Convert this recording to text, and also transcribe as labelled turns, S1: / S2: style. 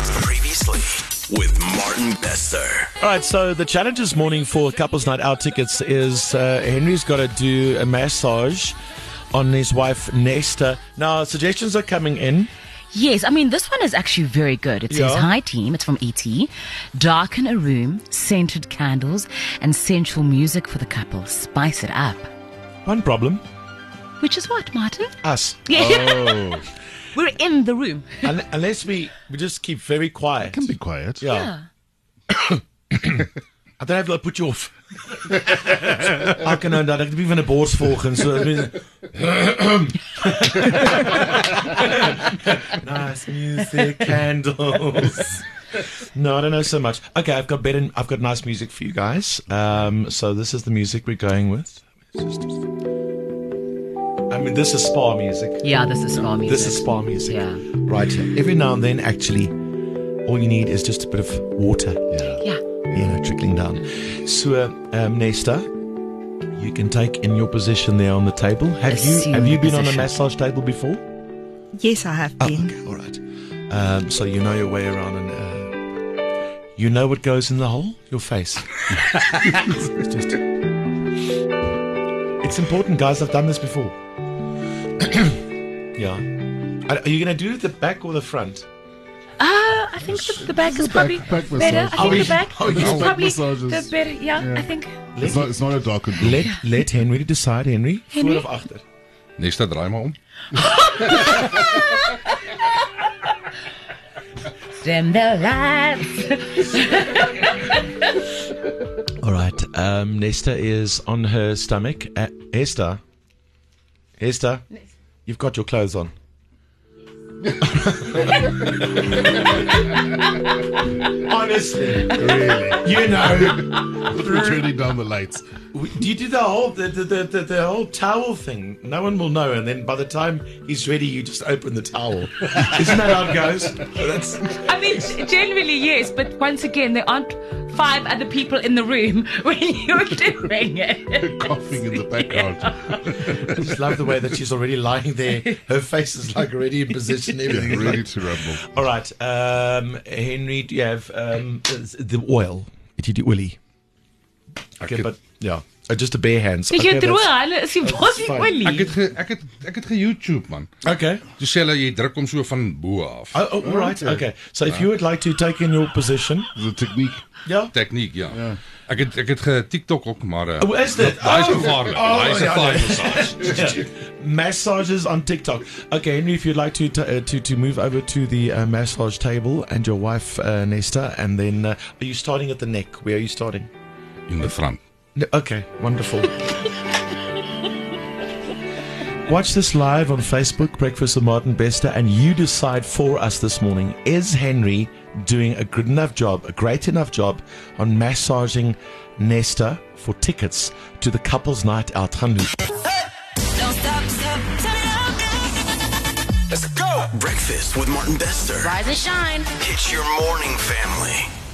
S1: Nicely with Martin Bester.
S2: All right, so the challenge this morning for couples night out tickets is uh, Henry's got to do a massage on his wife Nesta. Now suggestions are coming in.
S3: Yes, I mean, this one is actually very good. It says,
S2: Yeah.
S3: Hi, team. It's from E ET. Darken a room, scented candles, and sensual music for the couple. Spice it up.
S2: One problem,
S3: Which is what, Martin?
S2: us. Oh.
S3: Yeah. We're in the room.
S2: Un- unless we, we just keep very quiet.
S4: Can be quiet.
S2: Yeah. I don't have to put you off. Ek kan nou dat ek nie van 'n bors volg en so. nice music candles. No, I don't know so much. Okay, I've got better. I've got nice music for you guys. Um, so this is the music we're going with. I mean, this is spa music.
S3: Yeah, this is spa music.
S2: This is spa music.
S3: Yeah.
S2: Right. Every now and then, actually, all you need is just a bit of water,
S3: Yeah.
S2: you know, trickling down. So, um, Nesta, you can take in your position there on the table. Have
S3: Assume
S2: you have you been on a
S3: position.
S2: massage table before?
S5: Yes, I have
S2: Oh,
S5: been.
S2: okay, all right. Um, so you know your way around, and uh, you know what goes in the hole? Your face. it's just. It's important, guys. I've done this before. yeah. Are are you going to do it at the back or the front?
S6: Uh, I think the, the back is probably
S4: back massage.
S6: better. I
S4: Oh,
S6: think
S4: yeah.
S6: the back
S4: Oh, yeah.
S6: is
S4: Back
S6: probably
S4: massages.
S6: the better. Yeah,
S4: Yeah.
S6: I think.
S4: It's not, it's not a darkened room.
S2: Let let Henry decide, Henry.
S6: Henry?
S2: Voor of achter?
S7: Nesta, draai maar om.
S3: Dim the lights.
S2: All right. Um, Nesta is on her stomach. Uh, Esther. Esther, you've got your clothes on. Honestly,
S4: Really?
S2: you know.
S4: We're turning down the lights.
S2: Do you do the whole the, the, the, the, the whole towel thing? No one will know, and then by the time he's ready, you just open the towel. Isn't that how it goes? That's
S6: I mean, generally yes, but once again, there aren't five other people in the room when you're doing it.
S4: Coughing in the background.
S7: Ja,
S2: I just love the way that she's already lying there. Her face is like already in position. Everything.
S4: Ready to rumble.
S2: All right, um, Henry, do you have um, the oil? It is oily.
S7: Ek
S2: Okay,
S7: het,
S2: but yeah, oh, just the bare hands.
S6: Did you
S2: Okay,
S6: throw
S2: that's-
S6: hulle is
S3: assim,
S6: jy bos nie
S2: fine.
S7: ek
S6: olie?
S7: het ge, ek het ek het ge YouTube man.
S2: Okay.
S7: Toe sê hulle jy druk hom so van bo af.
S2: Oh, oh, all right.
S4: Okay.
S2: Okay. So if you would like to take in your position,
S4: The technique.
S2: yeah.
S7: Tegniek, ja. Ek het ek het ge TikTok ook maar eh,
S2: Oh, is dit?
S7: Daai is
S2: Oh,
S7: gevaarlik.
S2: oh,
S7: Daai is 'n
S2: ja,
S7: fly
S2: nee.
S7: massage.
S2: Massages on TikTok. Okay, Henry, if you'd like to t- uh, to to move over to the uh, massage table and your wife uh, Nesta, and then uh, are you starting at the neck? Where are you starting?
S7: In the front.
S2: No, okay, wonderful. Watch this live on Facebook, Breakfast with Martin Bester, and you decide for us this morning is Henry doing a good enough job, a great enough job on massaging Nesta for tickets to the couple's night out? Gaan doen.
S1: Let's go. Breakfast with Martin Bester.
S3: Rise and shine.
S1: It's your morning family.